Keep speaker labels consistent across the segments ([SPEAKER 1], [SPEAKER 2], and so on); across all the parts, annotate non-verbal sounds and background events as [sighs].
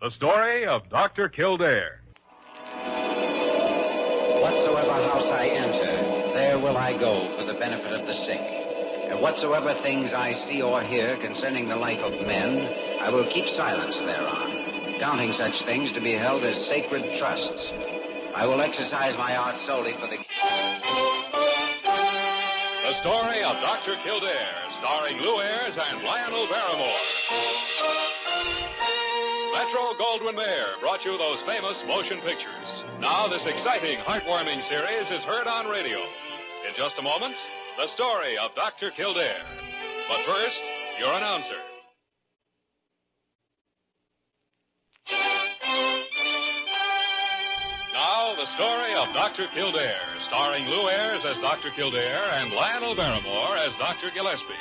[SPEAKER 1] The story of Dr. Kildare.
[SPEAKER 2] Whatsoever house I enter, there will I go for the benefit of the sick. And whatsoever things I see or hear concerning the life of men, I will keep silence thereon, counting such things to be held as sacred trusts. I will exercise my art solely for the.
[SPEAKER 1] The story of Dr. Kildare, starring Lou Ayres and Lionel Barrymore. Metro Goldwyn Mayer brought you those famous motion pictures. Now, this exciting, heartwarming series is heard on radio. In just a moment, the story of Dr. Kildare. But first, your announcer. Now, the story of Dr. Kildare, starring Lou Ayres as Dr. Kildare and Lionel Barrymore as Dr. Gillespie.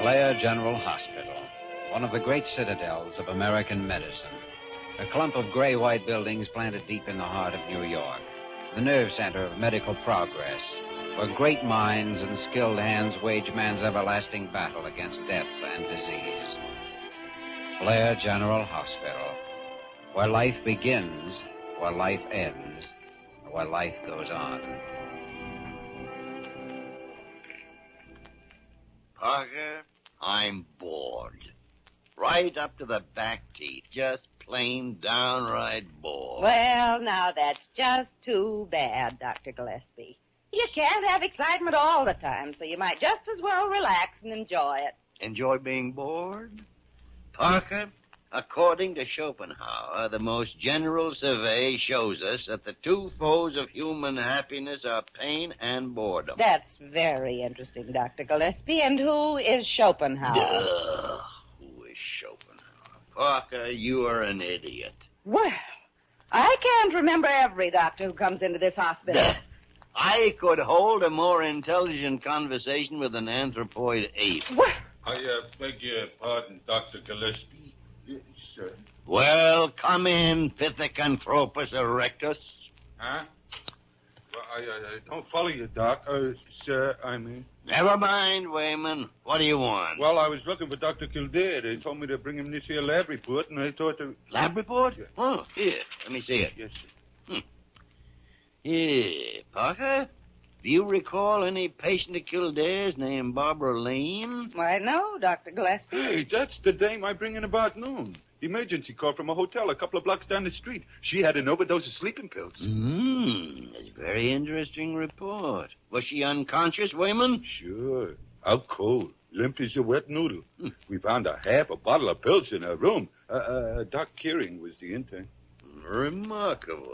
[SPEAKER 2] Blair General Hospital, one of the great citadels of American medicine. A clump of gray white buildings planted deep in the heart of New York, the nerve center of medical progress, where great minds and skilled hands wage man's everlasting battle against death and disease. Blair General Hospital, where life begins, where life ends, where life goes on.
[SPEAKER 3] Parker, I'm bored. Right up to the back teeth. Just plain downright bored.
[SPEAKER 4] Well, now that's just too bad, Dr. Gillespie. You can't have excitement all the time, so you might just as well relax and enjoy it.
[SPEAKER 3] Enjoy being bored? Parker, according to Schopenhauer, the most general survey shows us that the two foes of human happiness are pain and boredom.
[SPEAKER 4] That's very interesting, Dr. Gillespie. And who is Schopenhauer?
[SPEAKER 3] Ugh, who is Schopenhauer? Parker, you are an idiot.
[SPEAKER 4] Well, I can't remember every doctor who comes into this hospital.
[SPEAKER 3] I could hold a more intelligent conversation with an anthropoid ape.
[SPEAKER 4] Well,
[SPEAKER 5] I uh, beg your pardon, Dr. Gillespie. Yes, sir.
[SPEAKER 3] Well, come in, Pithecanthropus erectus.
[SPEAKER 5] Huh? Well, I, I, I don't follow you, Doc. Uh, sir, I mean.
[SPEAKER 3] Never mind, Wayman. What do you want?
[SPEAKER 5] Well, I was looking for Dr. Kildare. They told me to bring him this here lab report, and I thought to.
[SPEAKER 3] lab report?
[SPEAKER 5] Yeah.
[SPEAKER 3] Oh, here. Let me see it.
[SPEAKER 5] Yes, sir.
[SPEAKER 3] Here, Parker. Do you recall any patient of Kildare's named Barbara Lane?
[SPEAKER 4] why, no, Dr. Gillespie.
[SPEAKER 5] Hey, that's the dame I bring in about noon. Emergency call from a hotel a couple of blocks down the street. She had an overdose of sleeping pills.
[SPEAKER 3] Hmm. That's a very interesting report. Was she unconscious, Wayman?
[SPEAKER 5] Sure. Out cold. Limp as a wet noodle. We found a half a bottle of pills in her room. Uh, uh, Doc Keering was the intern.
[SPEAKER 3] Remarkable.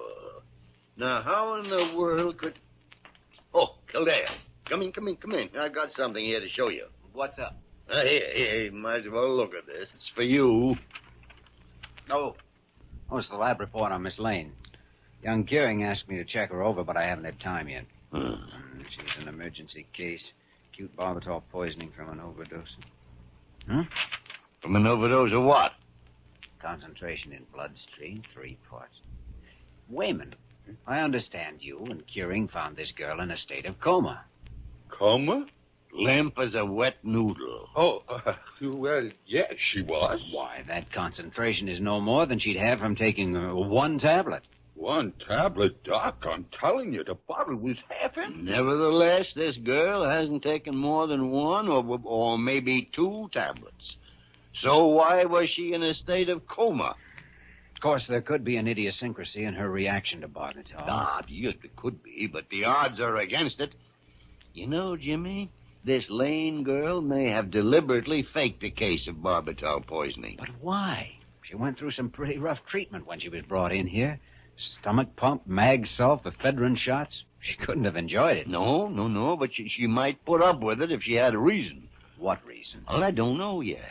[SPEAKER 3] Now, how in the world could. Oh, Kildare. Come in, come in, come in. I got something here to show you.
[SPEAKER 2] What's up?
[SPEAKER 3] Uh, here, here, you might as well look at this. It's for you.
[SPEAKER 2] No. Oh, it's the lab report on Miss Lane. Young Gearing asked me to check her over, but I haven't had time yet. Mm, She was an emergency case. Acute volatile poisoning from an overdose.
[SPEAKER 3] From an overdose of what?
[SPEAKER 2] Concentration in bloodstream, three parts. Wayman, I understand you and Curing found this girl in a state of coma.
[SPEAKER 5] Coma?
[SPEAKER 3] Limp as a wet noodle.
[SPEAKER 5] Oh, [laughs] uh, well, yeah, she was.
[SPEAKER 2] Why, that concentration is no more than she'd have from taking uh, one tablet.
[SPEAKER 5] One tablet, Doc. I'm telling you, the bottle was half empty.
[SPEAKER 3] Nevertheless, this girl hasn't taken more than one or, or maybe two tablets. So why was she in a state of coma?
[SPEAKER 2] Of course, there could be an idiosyncrasy in her reaction to Barnatall.
[SPEAKER 3] Ah, yes, it could be, but the odds are against it. You know, Jimmy, this Lane girl may have deliberately faked a case of barbital poisoning.
[SPEAKER 2] But why? She went through some pretty rough treatment when she was brought in here. Stomach pump, mag salt, ephedrine shots. She couldn't have enjoyed it.
[SPEAKER 3] No, no, no, but she, she might put up with it if she had a reason.
[SPEAKER 2] What reason?
[SPEAKER 3] Well, I don't know yet.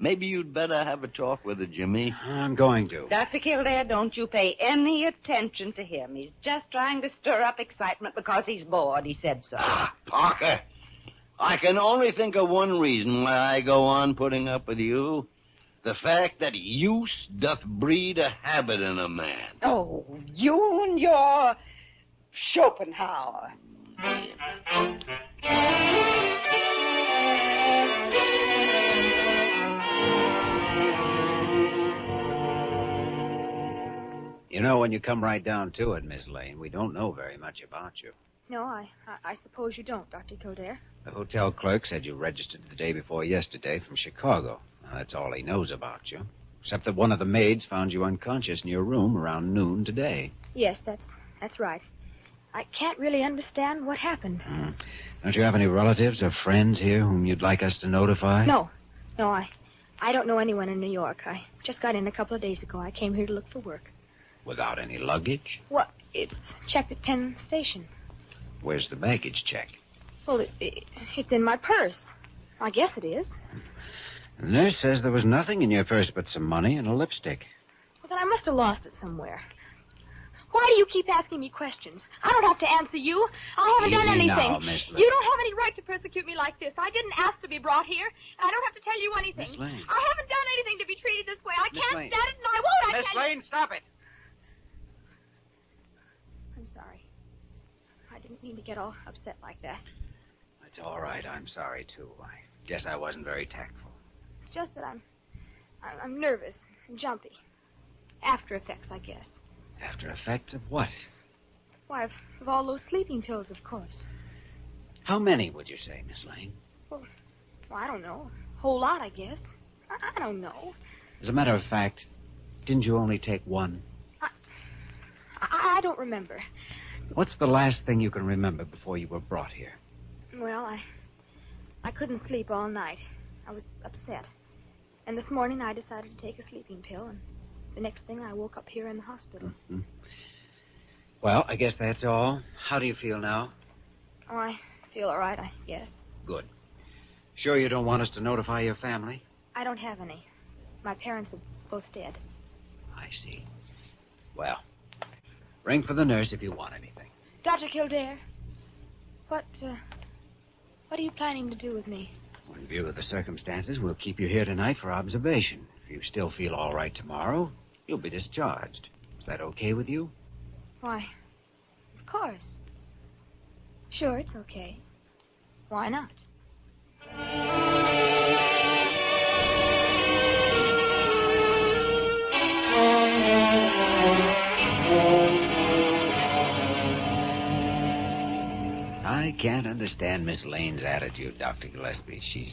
[SPEAKER 3] Maybe you'd better have a talk with her, Jimmy.
[SPEAKER 2] I'm going to.
[SPEAKER 4] Dr. Kildare, don't you pay any attention to him. He's just trying to stir up excitement because he's bored. He said so.
[SPEAKER 3] Ah, Parker, I can only think of one reason why I go on putting up with you. The fact that use doth breed a habit in a man.
[SPEAKER 4] Oh, you and your Schopenhauer.
[SPEAKER 2] You know, when you come right down to it, Miss Lane, we don't know very much about you.
[SPEAKER 6] No, I, I, I suppose you don't, Dr. Kildare.
[SPEAKER 2] The hotel clerk said you registered the day before yesterday from Chicago. Now, that's all he knows about you. Except that one of the maids found you unconscious in your room around noon today.
[SPEAKER 6] Yes, that's that's right. I can't really understand what happened.
[SPEAKER 2] Mm. Don't you have any relatives or friends here whom you'd like us to notify?
[SPEAKER 6] No, no, I I don't know anyone in New York. I just got in a couple of days ago. I came here to look for work.
[SPEAKER 2] Without any luggage?
[SPEAKER 6] What? It's checked at Penn Station.
[SPEAKER 2] Where's the baggage check?
[SPEAKER 6] Well, it, it, it's in my purse. I guess it is.
[SPEAKER 2] The nurse says there was nothing in your purse but some money and a lipstick.
[SPEAKER 6] Well, then I must have lost it somewhere. Why do you keep asking me questions? I don't have to answer you. I haven't done
[SPEAKER 2] Easy
[SPEAKER 6] anything.
[SPEAKER 2] now, Miss Lane.
[SPEAKER 6] You don't have any right to persecute me like this. I didn't ask to be brought here. and I don't have to tell you anything.
[SPEAKER 2] Miss Lane.
[SPEAKER 6] I haven't done anything to be treated this way. I
[SPEAKER 2] Miss
[SPEAKER 6] can't
[SPEAKER 2] Lane.
[SPEAKER 6] stand it, and I won't. I
[SPEAKER 2] Miss
[SPEAKER 6] tell
[SPEAKER 2] Lane, stop it.
[SPEAKER 6] You. I'm sorry. I didn't mean to get all upset like that.
[SPEAKER 2] It's all right. I'm sorry, too. I guess I wasn't very tactful.
[SPEAKER 6] It's just that I'm, I'm, I'm nervous and jumpy. After effects, I guess.
[SPEAKER 2] After effects of what?
[SPEAKER 6] Why, of, of all those sleeping pills, of course.
[SPEAKER 2] How many would you say, Miss Lane?
[SPEAKER 6] Well, I don't know. Whole lot, I guess. I, I don't know.
[SPEAKER 2] As a matter of fact, didn't you only take one?
[SPEAKER 6] I, I don't remember.
[SPEAKER 2] What's the last thing you can remember before you were brought here?
[SPEAKER 6] Well, I I couldn't sleep all night. I was upset. And this morning I decided to take a sleeping pill and the next thing I woke up here in the hospital.
[SPEAKER 2] Well, I guess that's all. How do you feel now?
[SPEAKER 6] Oh, I feel all right, I guess.
[SPEAKER 2] Good. Sure you don't want us to notify your family?
[SPEAKER 6] I don't have any. My parents are both dead.
[SPEAKER 2] I see. Well, ring for the nurse if you want anything.
[SPEAKER 6] Dr. Kildare, what uh, what are you planning to do with me?
[SPEAKER 2] In view of the circumstances, we'll keep you here tonight for observation. If you still feel all right tomorrow, you'll be discharged. Is that okay with you?
[SPEAKER 6] Why? Of course. Sure, it's okay. Why not?
[SPEAKER 2] I can't understand Miss Lane's attitude, Dr. Gillespie. She's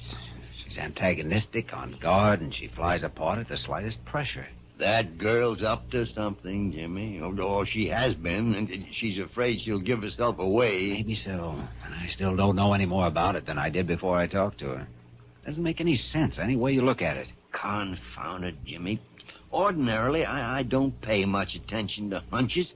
[SPEAKER 2] she's antagonistic, on guard, and she flies apart at the slightest pressure.
[SPEAKER 3] That girl's up to something, Jimmy. Or she has been, and she's afraid she'll give herself away.
[SPEAKER 2] Maybe so. And I still don't know any more about it than I did before I talked to her. Doesn't make any sense any way you look at it.
[SPEAKER 3] Confound it, Jimmy. Ordinarily, I, I don't pay much attention to hunches,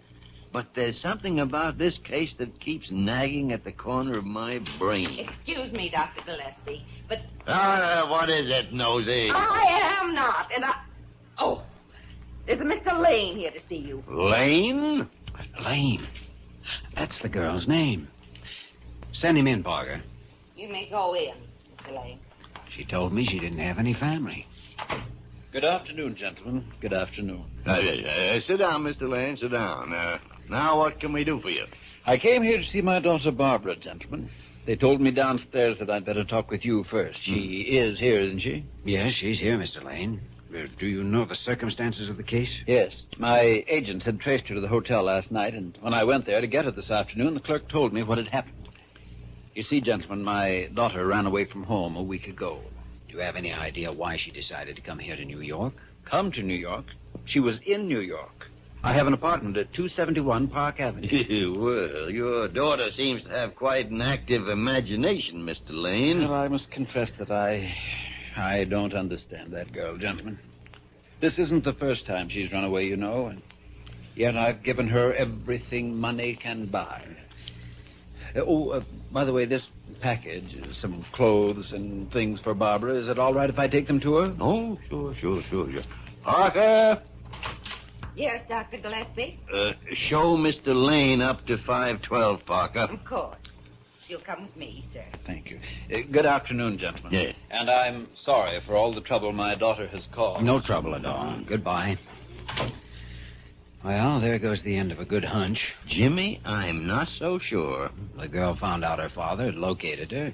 [SPEAKER 3] but there's something about this case that keeps nagging at the corner of my brain.
[SPEAKER 4] Excuse me, Dr. Gillespie, but
[SPEAKER 3] Ah, what is it, Nosey?
[SPEAKER 4] I am not, and I. Oh, there's a Mr. Lane here to see you.
[SPEAKER 3] Lane?
[SPEAKER 2] Lane. That's the girl's name. Send him in, Parker.
[SPEAKER 4] You may go in, Mr. Lane.
[SPEAKER 2] She told me she didn't have any family.
[SPEAKER 7] Good afternoon, gentlemen. Good afternoon.
[SPEAKER 3] Uh, uh, uh, sit down, Mr. Lane, sit down. Uh, now, what can we do for you?
[SPEAKER 7] I came here to see my daughter Barbara, gentlemen. They told me downstairs that I'd better talk with you first. She is here, isn't she?
[SPEAKER 2] Hmm. Yes, she's here, Mr. Lane. Uh, Do you know the circumstances of the case?
[SPEAKER 7] Yes. My agents had traced her to the hotel last night, and when I went there to get her this afternoon, the clerk told me what had happened. You see, gentlemen, my daughter ran away from home a week ago.
[SPEAKER 2] Do you have any idea why she decided to come here to New York?
[SPEAKER 7] Come to New York. She was in New York. I have an apartment at 271 Park Avenue.
[SPEAKER 3] [laughs] well, your daughter seems to have quite an active imagination, Mr. Lane.
[SPEAKER 7] Well, I must confess that I. I don't understand that girl, gentlemen. This isn't the first time she's run away, you know, and yet I've given her everything money can buy. Uh, oh, uh, by the way, this package, uh, some clothes and things for Barbara, is it all right if I take them to her?
[SPEAKER 2] Oh, sure, sure, sure. Yeah. Parker!
[SPEAKER 4] Yes, Dr. Gillespie?
[SPEAKER 3] Uh, show Mr. Lane up to 512, Parker.
[SPEAKER 4] Of course. You'll come with me, sir.
[SPEAKER 7] Thank you. Uh, good afternoon, gentlemen.
[SPEAKER 2] Yes.
[SPEAKER 7] And I'm sorry for all the trouble my daughter has caused.
[SPEAKER 2] No trouble at all. Goodbye. Well, there goes the end of a good hunch.
[SPEAKER 3] Jimmy, I'm not so sure.
[SPEAKER 2] The girl found out her father had located her.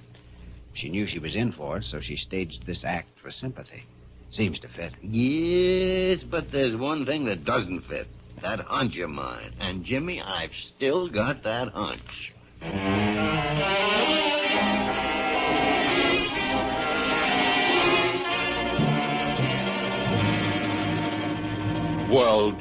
[SPEAKER 2] She knew she was in for it, so she staged this act for sympathy. Seems to fit.
[SPEAKER 3] Yes, but there's one thing that doesn't fit. That hunch of mine. And, Jimmy, I've still got that hunch.
[SPEAKER 5] Well,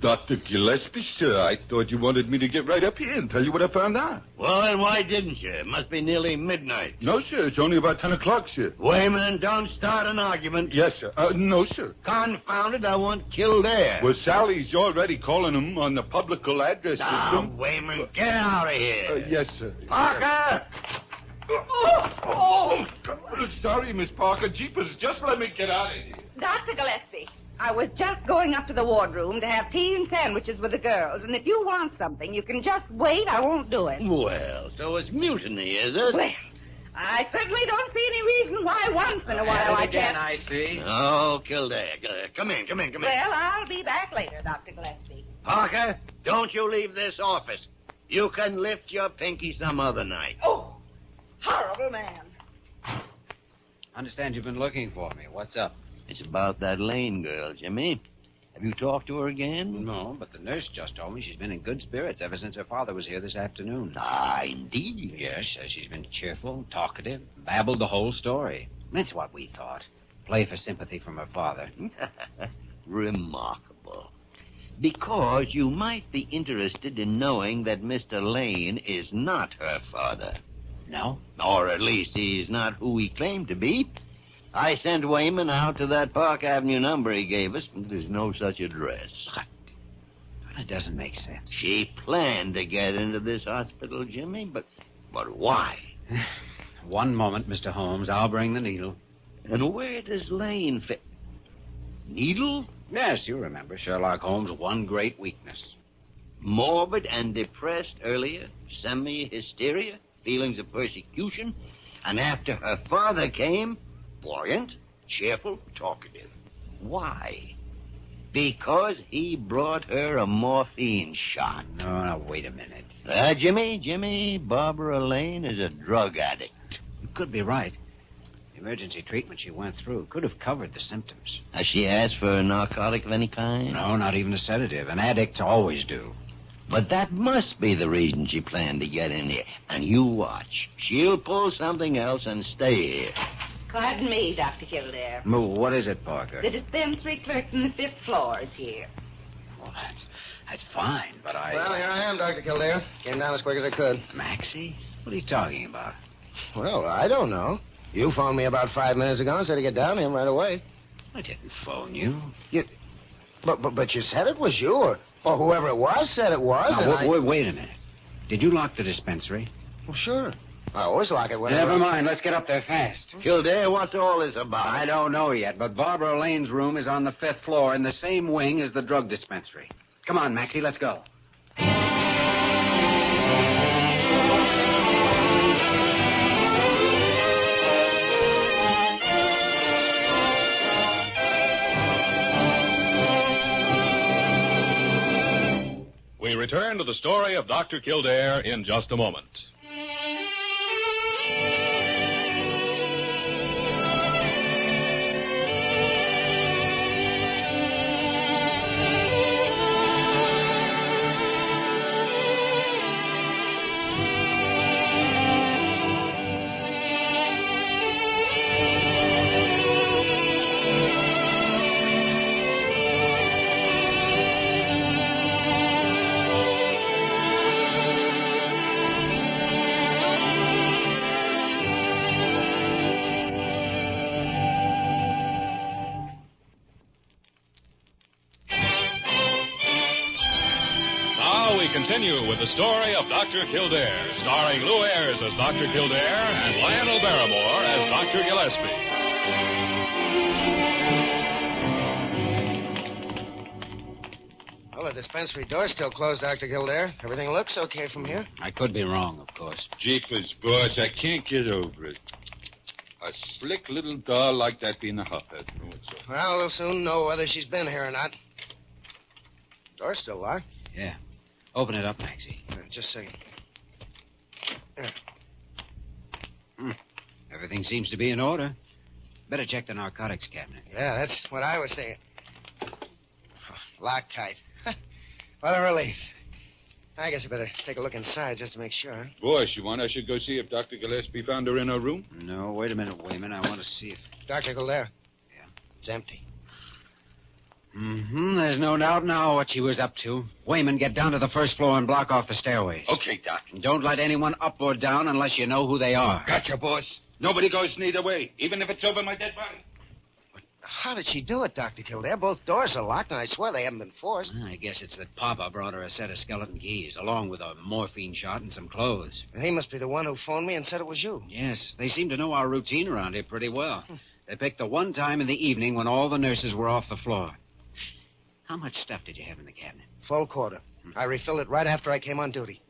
[SPEAKER 5] Dr. Gillespie, sir, I thought you wanted me to get right up here and tell you what I found out.
[SPEAKER 3] Well, then why didn't you? It must be nearly midnight.
[SPEAKER 5] No, sir, it's only about 10 o'clock, sir.
[SPEAKER 3] Wayman, don't start an argument.
[SPEAKER 5] Yes, sir. Uh, no, sir.
[SPEAKER 3] Confound it, I want Kildare.
[SPEAKER 5] Well, Sally's already calling him on the publical address
[SPEAKER 2] Ah,
[SPEAKER 3] Now,
[SPEAKER 5] system.
[SPEAKER 3] Wayman, get out of here.
[SPEAKER 5] Uh, yes, sir.
[SPEAKER 3] Parker!
[SPEAKER 5] Oh, oh, sorry, Miss Parker. Jeepers, just let me get out of here.
[SPEAKER 4] Dr. Gillespie, I was just going up to the wardroom to have tea and sandwiches with the girls, and if you want something, you can just wait. I won't do it.
[SPEAKER 3] Well, so it's mutiny, is it?
[SPEAKER 4] Well, I certainly don't see any reason why once in a while I can't.
[SPEAKER 7] I see.
[SPEAKER 3] Oh, Kildare, Kildare, come in, come in, come in.
[SPEAKER 4] Well, I'll be back later, Dr. Gillespie.
[SPEAKER 3] Parker, don't you leave this office. You can lift your pinky some other night.
[SPEAKER 4] Oh, horrible man.
[SPEAKER 2] Understand you've been looking for me. What's up?
[SPEAKER 3] It's about that Lane girl, Jimmy. Have you talked to her again?
[SPEAKER 2] No, but the nurse just told me she's been in good spirits ever since her father was here this afternoon.
[SPEAKER 3] Ah, indeed.
[SPEAKER 2] Yes, says she's been cheerful, talkative, babbled the whole story. That's what we thought. Play for sympathy from her
[SPEAKER 3] [laughs]
[SPEAKER 2] father.
[SPEAKER 3] Remarkable. Because you might be interested in knowing that Mr. Lane is not her father.
[SPEAKER 2] No?
[SPEAKER 3] Or at least he's not who he claimed to be. I sent Wayman out to that Park Avenue number he gave us. There's no such address.
[SPEAKER 2] Well, it doesn't make sense.
[SPEAKER 3] She planned to get into this hospital, Jimmy, but but why?
[SPEAKER 2] [sighs] One moment, Mr. Holmes. I'll bring the needle.
[SPEAKER 3] And where does Lane fit? Needle?
[SPEAKER 2] Yes, you remember Sherlock Holmes' one great weakness.
[SPEAKER 3] Morbid and depressed earlier, semi hysteria, feelings of persecution, and after her father came, buoyant, cheerful, talkative. Why? Because he brought her a morphine shot.
[SPEAKER 2] No, now, wait a minute.
[SPEAKER 3] Uh, Jimmy, Jimmy, Barbara Lane is a drug addict.
[SPEAKER 2] You could be right. The emergency treatment she went through could have covered the symptoms.
[SPEAKER 3] Has she asked for a narcotic of any kind?
[SPEAKER 2] No, not even a sedative. An addict always do.
[SPEAKER 3] But that must be the reason she planned to get in here. And you watch. She'll pull something else and stay here.
[SPEAKER 4] Pardon me, Dr. Kildare.
[SPEAKER 2] Well, what is it, Parker?
[SPEAKER 4] The dispensary clerk from the fifth floor is here.
[SPEAKER 2] Well, that's, that's fine, but I.
[SPEAKER 8] Well, here I am, Dr. Kildare. Came down as quick as I could.
[SPEAKER 2] Maxie? What are you talking about?
[SPEAKER 8] Well, I don't know. You phoned me about five minutes ago and said to get down here right away.
[SPEAKER 2] I didn't phone you.
[SPEAKER 8] But but, but you said it was you, or, or whoever it was said it was.
[SPEAKER 2] Now,
[SPEAKER 8] and
[SPEAKER 2] wa-
[SPEAKER 8] I-
[SPEAKER 2] wa- wait a minute. Did you lock the dispensary?
[SPEAKER 8] Well, sure. I always lock it whenever.
[SPEAKER 2] Never mind. Let's get up there fast.
[SPEAKER 3] Kildare, what's all this about?
[SPEAKER 2] I don't know yet, but Barbara Lane's room is on the fifth floor in the same wing as the drug dispensary. Come on, Maxie, let's go.
[SPEAKER 1] We return to the story of Dr. Kildare in just a moment. Now we continue with the story of Dr. Kildare, starring Lou Ayres as Dr. Kildare and Lionel Barrymore as Dr. Gillespie.
[SPEAKER 8] Well, the dispensary door's still closed, Dr. Kildare. Everything looks okay from here.
[SPEAKER 2] I could be wrong, of course.
[SPEAKER 5] Jeepers, boss, I can't get over it. A slick little doll like that being a Oh, hop at
[SPEAKER 8] Well, we'll soon know whether she's been here or not. Door's still locked.
[SPEAKER 2] Yeah. Open it up, Maxie.
[SPEAKER 8] Uh, Just a second.
[SPEAKER 2] Hmm. Everything seems to be in order. Better check the narcotics cabinet.
[SPEAKER 8] Yeah, that's what I was [sighs] thinking. Locked tight. [laughs] what a relief. I guess I better take a look inside just to make sure.
[SPEAKER 5] Boss, you want I should go see if Dr. Gillespie found her in her room?
[SPEAKER 2] No, wait a minute, wait a minute. I want to see if.
[SPEAKER 8] Dr. Kildare. Yeah. It's empty.
[SPEAKER 2] Mm-hmm. There's no doubt now what she was up to. Wayman, get down to the first floor and block off the stairways.
[SPEAKER 5] Okay, Doc.
[SPEAKER 2] And don't let anyone up or down unless you know who they are.
[SPEAKER 5] Gotcha, boss. Nobody goes neither way, even if it's over my dead body.
[SPEAKER 8] How did she do it, Dr. Kildare? Both doors are locked, and I swear they haven't been forced.
[SPEAKER 2] I guess it's that Papa brought her a set of skeleton keys, along with a morphine shot and some clothes.
[SPEAKER 8] He must be the one who phoned me and said it was you.
[SPEAKER 2] Yes, they seem to know our routine around here pretty
[SPEAKER 8] [laughs]
[SPEAKER 2] well. They picked the one time in the evening when all the nurses were off the floor. How much stuff did you have in the cabinet?
[SPEAKER 8] Full quarter. I refilled it right after I came on duty.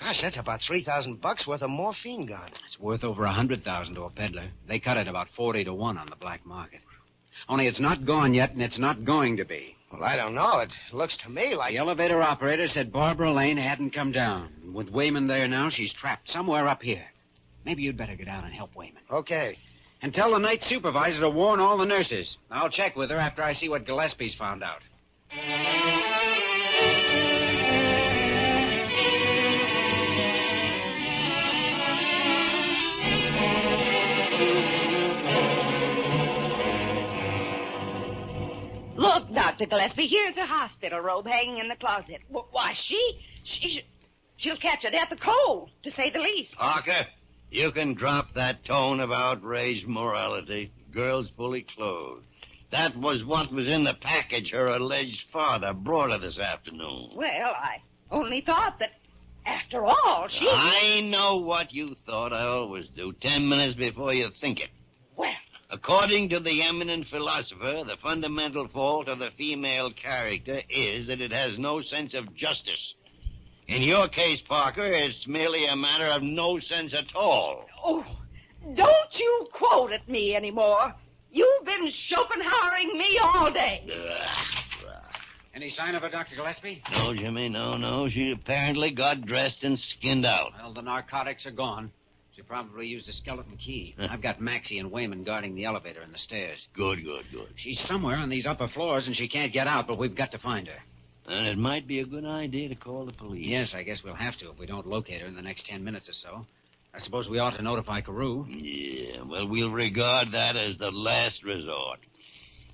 [SPEAKER 8] Gosh, that's about 3,000 bucks worth of morphine gone.
[SPEAKER 2] It's worth over a hundred thousand to a peddler. They cut it about forty to one on the black market. Only it's not gone yet, and it's not going to be.
[SPEAKER 8] Well, I don't know. It looks to me like.
[SPEAKER 2] The elevator operator said Barbara Lane hadn't come down. With Wayman there now, she's trapped somewhere up here. Maybe you'd better go down and help Wayman.
[SPEAKER 8] Okay.
[SPEAKER 2] And tell the night supervisor to warn all the nurses. I'll check with her after I see what Gillespie's found out.
[SPEAKER 4] Look, Dr. Gillespie, here's her hospital robe hanging in the closet. W- Why, she. she sh- she'll catch a death of cold, to say the least.
[SPEAKER 3] Parker, you can drop that tone of outraged morality. Girl's fully clothed. That was what was in the package her alleged father brought her this afternoon.
[SPEAKER 4] Well, I only thought that, after all, she.
[SPEAKER 3] I know what you thought. I always do. Ten minutes before you think it.
[SPEAKER 4] Well.
[SPEAKER 3] According to the eminent philosopher, the fundamental fault of the female character is that it has no sense of justice. In your case, Parker, it's merely a matter of no sense at all.
[SPEAKER 4] Oh, don't you quote at me anymore. You've been Schopenhauering me all day.
[SPEAKER 2] Any sign of her, Dr. Gillespie?
[SPEAKER 3] No, Jimmy, no, no. She apparently got dressed and skinned out.
[SPEAKER 2] Well, the narcotics are gone. She probably used a
[SPEAKER 3] [laughs]
[SPEAKER 2] skeleton key.
[SPEAKER 3] Huh.
[SPEAKER 2] I've got Maxie and Wayman guarding the elevator and the stairs.
[SPEAKER 3] Good, good, good.
[SPEAKER 2] She's somewhere on these upper floors, and she can't get out, but we've got to find her.
[SPEAKER 3] And it might be a good idea to call the police.
[SPEAKER 2] Yes, I guess we'll have to if we don't locate her in the next ten minutes or so. I suppose we ought to notify Carew.
[SPEAKER 3] Yeah, well, we'll regard that as the last resort.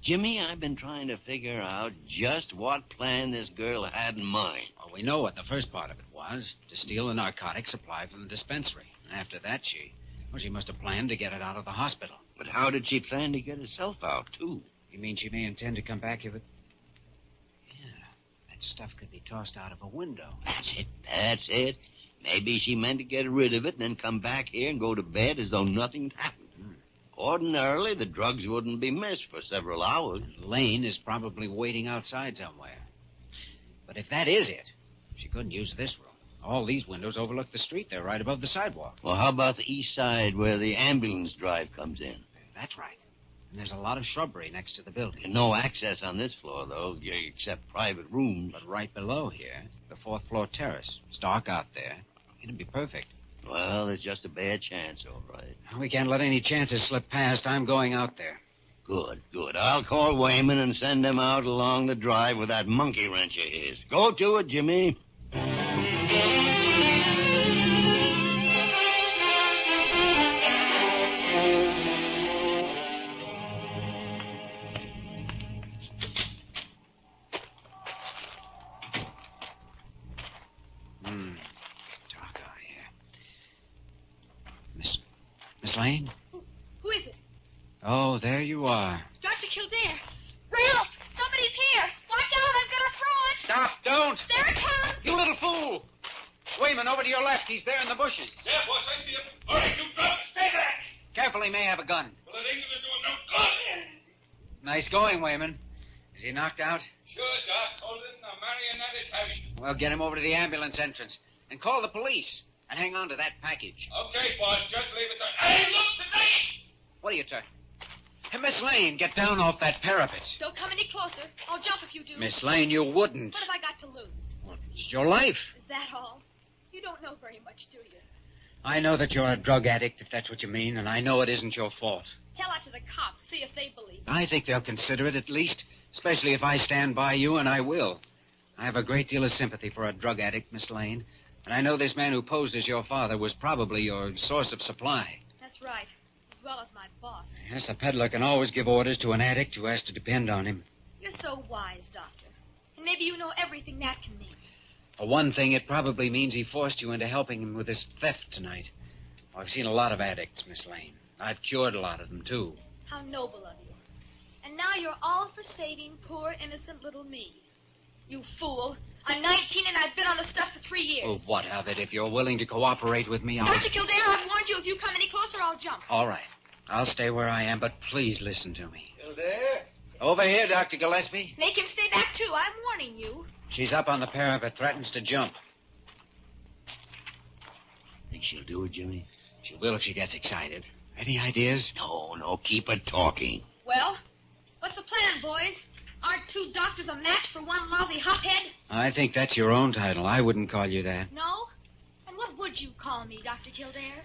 [SPEAKER 3] Jimmy, I've been trying to figure out just what plan this girl had in mind.
[SPEAKER 2] Well, we know what the first part of it was to steal the narcotic supply from the dispensary. And after that, she. Well, she must have planned to get it out of the hospital.
[SPEAKER 3] But how did she plan to get herself out, too?
[SPEAKER 2] You mean she may intend to come back here with. Yeah, that stuff could be tossed out of a window.
[SPEAKER 3] That's it. That's it. Maybe she meant to get rid of it and then come back here and go to bed as though nothing had happened. Ordinarily, the drugs wouldn't be missed for several hours.
[SPEAKER 2] Lane is probably waiting outside somewhere. But if that is it, she couldn't use this room. All these windows overlook the street. They're right above the sidewalk.
[SPEAKER 3] Well, how about the east side where the ambulance drive comes in?
[SPEAKER 2] That's right. And there's a lot of shrubbery next to the building.
[SPEAKER 3] No access on this floor, though, y- except private rooms.
[SPEAKER 2] But right below here, the fourth floor terrace. It's dark out there. It'd be perfect.
[SPEAKER 3] Well, there's just a bad chance, all right.
[SPEAKER 2] We can't let any chances slip past. I'm going out there.
[SPEAKER 3] Good, good. I'll call Wayman and send him out along the drive with that monkey wrench of his. Go to it, Jimmy.
[SPEAKER 2] Hmm. Dark out here. Miss. Miss Lane?
[SPEAKER 6] Who is it?
[SPEAKER 2] Oh, there you are.
[SPEAKER 6] Dr. Kildare. Ralph, somebody's here. Watch out, I'm going to throw it.
[SPEAKER 2] Stop, don't!
[SPEAKER 9] There it comes!
[SPEAKER 2] You little fool! Wayman, over to your left. He's there in the bushes.
[SPEAKER 9] Yeah, boss, I see him. All right, you drop. Stay back.
[SPEAKER 2] Careful, he may have a gun.
[SPEAKER 9] Well, it ain't gonna do him no good.
[SPEAKER 2] Nice going, Wayman. Is he knocked out?
[SPEAKER 9] Sure, Doc. Hold it. Now, Marionette is heavy.
[SPEAKER 2] Well, get him over to the ambulance entrance and call the police and hang on to that package.
[SPEAKER 9] Okay, boss, just leave it to... Hey, look, today!
[SPEAKER 2] What are you talking? Hey, Miss Lane, get down off that parapet.
[SPEAKER 10] Don't come any closer. I'll jump if you do.
[SPEAKER 2] Miss Lane, you wouldn't.
[SPEAKER 10] What have I got to lose?
[SPEAKER 2] It's your life.
[SPEAKER 10] Is that all? You don't know very much, do you?
[SPEAKER 2] I know that you're a drug addict, if that's what you mean, and I know it isn't your fault.
[SPEAKER 10] Tell that to the cops. See if they believe.
[SPEAKER 2] I think they'll consider it at least, especially if I stand by you, and I will. I have a great deal of sympathy for a drug addict, Miss Lane, and I know this man who posed as your father was probably your source of supply.
[SPEAKER 10] That's right. As well as my boss.
[SPEAKER 2] Yes, a peddler can always give orders to an addict who has to depend on him.
[SPEAKER 10] You're so wise, Doctor. And maybe you know everything that can mean.
[SPEAKER 2] For one thing, it probably means he forced you into helping him with his theft tonight. I've seen a lot of addicts, Miss Lane. I've cured a lot of them, too.
[SPEAKER 10] How noble of you. And now you're all for saving poor, innocent little me. You fool. I'm 19 and I've been on the stuff for three years.
[SPEAKER 2] Well, Oh, what of it? If you're willing to cooperate with me, I'll.
[SPEAKER 10] Dr. Kildare, I've warned you. If you come any closer, I'll jump.
[SPEAKER 2] All right. I'll stay where I am, but please listen to me.
[SPEAKER 3] Kildare?
[SPEAKER 2] Over here, Dr. Gillespie.
[SPEAKER 10] Make him stay back, too. I'm warning you.
[SPEAKER 2] She's up on the parapet, threatens to jump.
[SPEAKER 3] Think she'll do it, Jimmy?
[SPEAKER 2] She will if she gets excited. Any ideas?
[SPEAKER 3] No, no, keep her talking.
[SPEAKER 10] Well, what's the plan, boys? Aren't two doctors a match for one lousy hophead?
[SPEAKER 2] I think that's your own title. I wouldn't call you that.
[SPEAKER 10] No? And what would you call me, Dr. Kildare?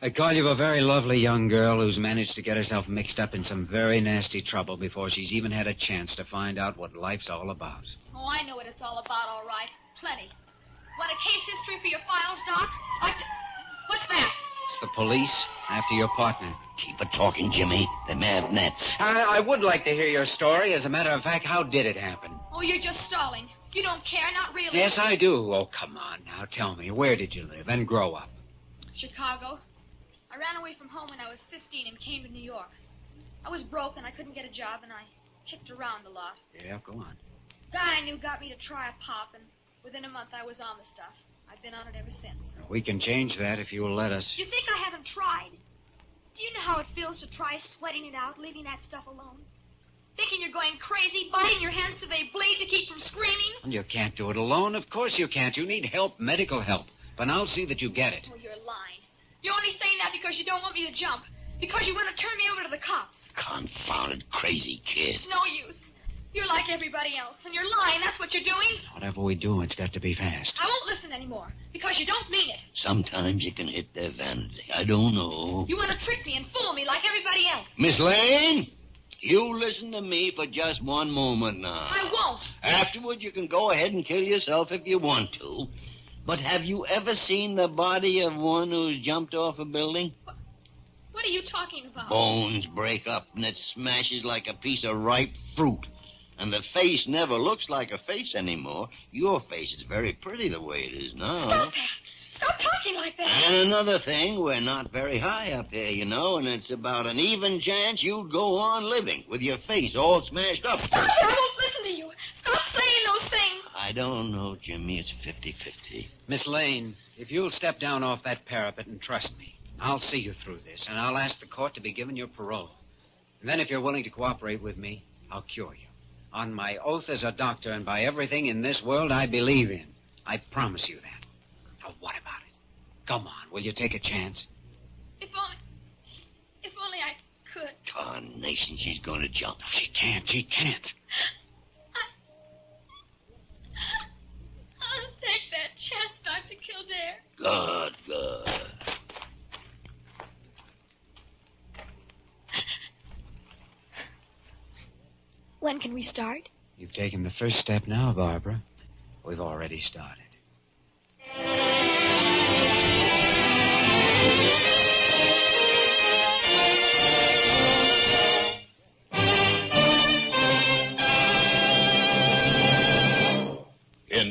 [SPEAKER 2] I call you a very lovely young girl who's managed to get herself mixed up in some very nasty trouble before she's even had a chance to find out what life's all about.
[SPEAKER 10] Oh, I know what it's all about, all right. Plenty. Want a case history for your files, Doc? Or t- What's that?
[SPEAKER 2] It's the police after your partner.
[SPEAKER 3] Keep her talking, Jimmy. They're mad nets.
[SPEAKER 2] I, I would like to hear your story. As a matter of fact, how did it happen?
[SPEAKER 10] Oh, you're just stalling. You don't care, not really.
[SPEAKER 2] Yes, I do. Oh, come on now. Tell me, where did you live and grow up?
[SPEAKER 10] Chicago. I ran away from home when I was 15 and came to New York. I was broke and I couldn't get a job, and I kicked around a lot.
[SPEAKER 2] Yeah, go on.
[SPEAKER 10] Guy I knew got me to try a pop, and within a month I was on the stuff. I've been on it ever since.
[SPEAKER 2] We can change that if you'll let us.
[SPEAKER 10] You think I haven't tried? Do you know how it feels to try sweating it out, leaving that stuff alone? Thinking you're going crazy, biting your hands so they bleed to keep from screaming?
[SPEAKER 2] You can't do it alone. Of course you can't. You need help, medical help. But I'll see that you get it.
[SPEAKER 10] Oh, you're lying. You're only saying that because you don't want me to jump. Because you want to turn me over to the cops.
[SPEAKER 3] Confounded crazy kid.
[SPEAKER 10] It's no use. You're like everybody else, and you're lying. That's what you're doing.
[SPEAKER 2] Whatever we do, it's got to be fast.
[SPEAKER 10] I won't listen anymore because you don't mean it.
[SPEAKER 3] Sometimes you can hit their vanity. I don't know.
[SPEAKER 10] You want to trick me and fool me like everybody else.
[SPEAKER 3] Miss Lane, you listen to me for just one moment now.
[SPEAKER 10] I won't.
[SPEAKER 3] Afterward, you can go ahead and kill yourself if you want to. But have you ever seen the body of one who's jumped off a building?
[SPEAKER 10] What are you talking about?
[SPEAKER 3] Bones break up and it smashes like a piece of ripe fruit. And the face never looks like a face anymore. Your face is very pretty the way it is now.
[SPEAKER 10] Stop that. Stop talking like that.
[SPEAKER 3] And another thing, we're not very high up here, you know, and it's about an even chance you'd go on living with your face all smashed up.
[SPEAKER 10] Stop it. I won't listen to you. Stop saying those things.
[SPEAKER 3] I don't know, Jimmy. It's 50 50.
[SPEAKER 2] Miss Lane, if you'll step down off that parapet and trust me, I'll see you through this, and I'll ask the court to be given your parole. And then, if you're willing to cooperate with me, I'll cure you. On my oath as a doctor and by everything in this world I believe in, I promise you that. Now, what about it? Come on, will you take a chance?
[SPEAKER 10] If only. If only I could.
[SPEAKER 3] Carnation, she's going to jump.
[SPEAKER 2] She can't, she can't.
[SPEAKER 10] I'll take that chance, Dr. Kildare.
[SPEAKER 3] Good, good.
[SPEAKER 11] When can we start?
[SPEAKER 2] You've taken the first step now, Barbara. We've already started.
[SPEAKER 1] In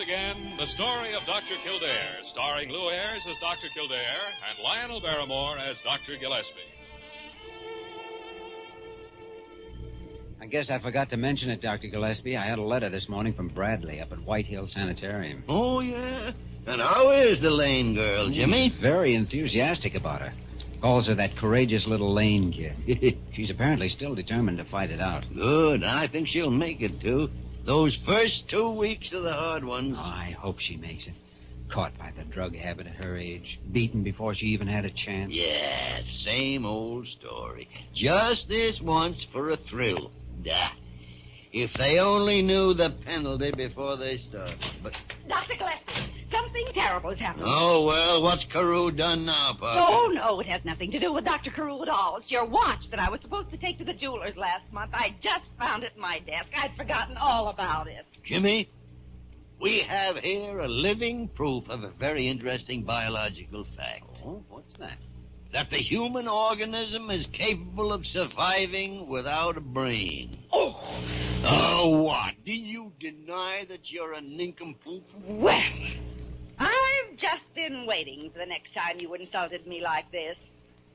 [SPEAKER 1] again, the story of Dr. Kildare, starring Lou Ayres as Dr. Kildare and Lionel Barrymore as Dr. Gillespie.
[SPEAKER 2] I guess I forgot to mention it, Dr. Gillespie. I had a letter this morning from Bradley up at White Hill Sanitarium. Mm.
[SPEAKER 3] Oh, yeah? And how is the Lane girl, Jimmy?
[SPEAKER 2] Very enthusiastic about her. Calls her that courageous little
[SPEAKER 3] [laughs]
[SPEAKER 2] Lane kid. She's apparently still determined to fight it out.
[SPEAKER 3] Good. I think she'll make it, too. Those first two weeks are the hard ones.
[SPEAKER 2] Oh, I hope she makes it. Caught by the drug habit at her age, beaten before she even had a chance.
[SPEAKER 3] Yeah, same old story. Just this once for a thrill. Ah, If they only knew the penalty before they started. But
[SPEAKER 4] Dr. Gillespie, something terrible has happened.
[SPEAKER 3] oh well, what's Carew done now, Pop?
[SPEAKER 4] No, Oh, no, it has nothing to do with Dr. Carew at all. It's your watch that I was supposed to take to the jeweler's last month. I just found it in my desk. I'd forgotten all about it.
[SPEAKER 3] Jimmy, we have here a living proof of a very interesting biological fact.
[SPEAKER 2] Oh, what's that?
[SPEAKER 3] That the human organism is capable of surviving without a brain.
[SPEAKER 4] Oh!
[SPEAKER 3] Oh, what? Do you deny that you're a nincompoop?
[SPEAKER 4] Well, I've just been waiting for the next time you insulted me like this.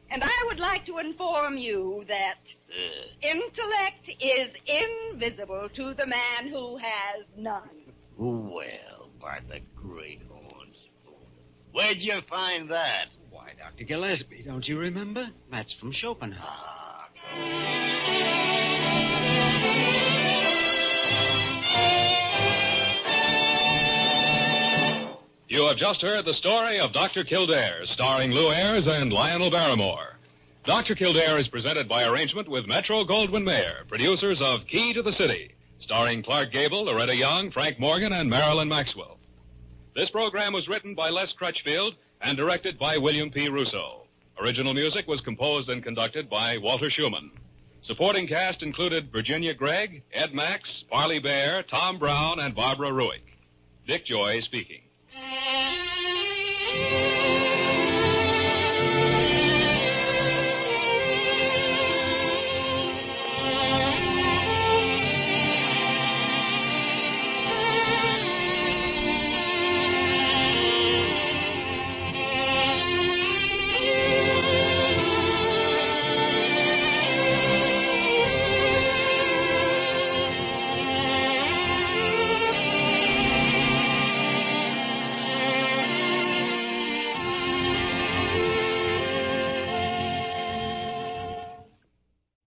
[SPEAKER 4] And I would like to inform you that
[SPEAKER 3] Uh,
[SPEAKER 4] intellect is invisible to the man who has none.
[SPEAKER 3] well, by the great horn spoon. Where'd you find that?
[SPEAKER 2] Why, Dr. Gillespie, don't you remember? That's from Schopenhauer.
[SPEAKER 1] You have just heard the story of Dr. Kildare, starring Lou Ayres and Lionel Barrymore. Dr. Kildare is presented by arrangement with Metro Goldwyn Mayer, producers of Key to the City, starring Clark Gable, Loretta Young, Frank Morgan, and Marilyn Maxwell. This program was written by Les Crutchfield and directed by William P. Russo. Original music was composed and conducted by Walter Schumann. Supporting cast included Virginia Gregg, Ed Max, Barley Bear, Tom Brown, and Barbara Ruick. Dick Joy speaking.
[SPEAKER 12] Thank you.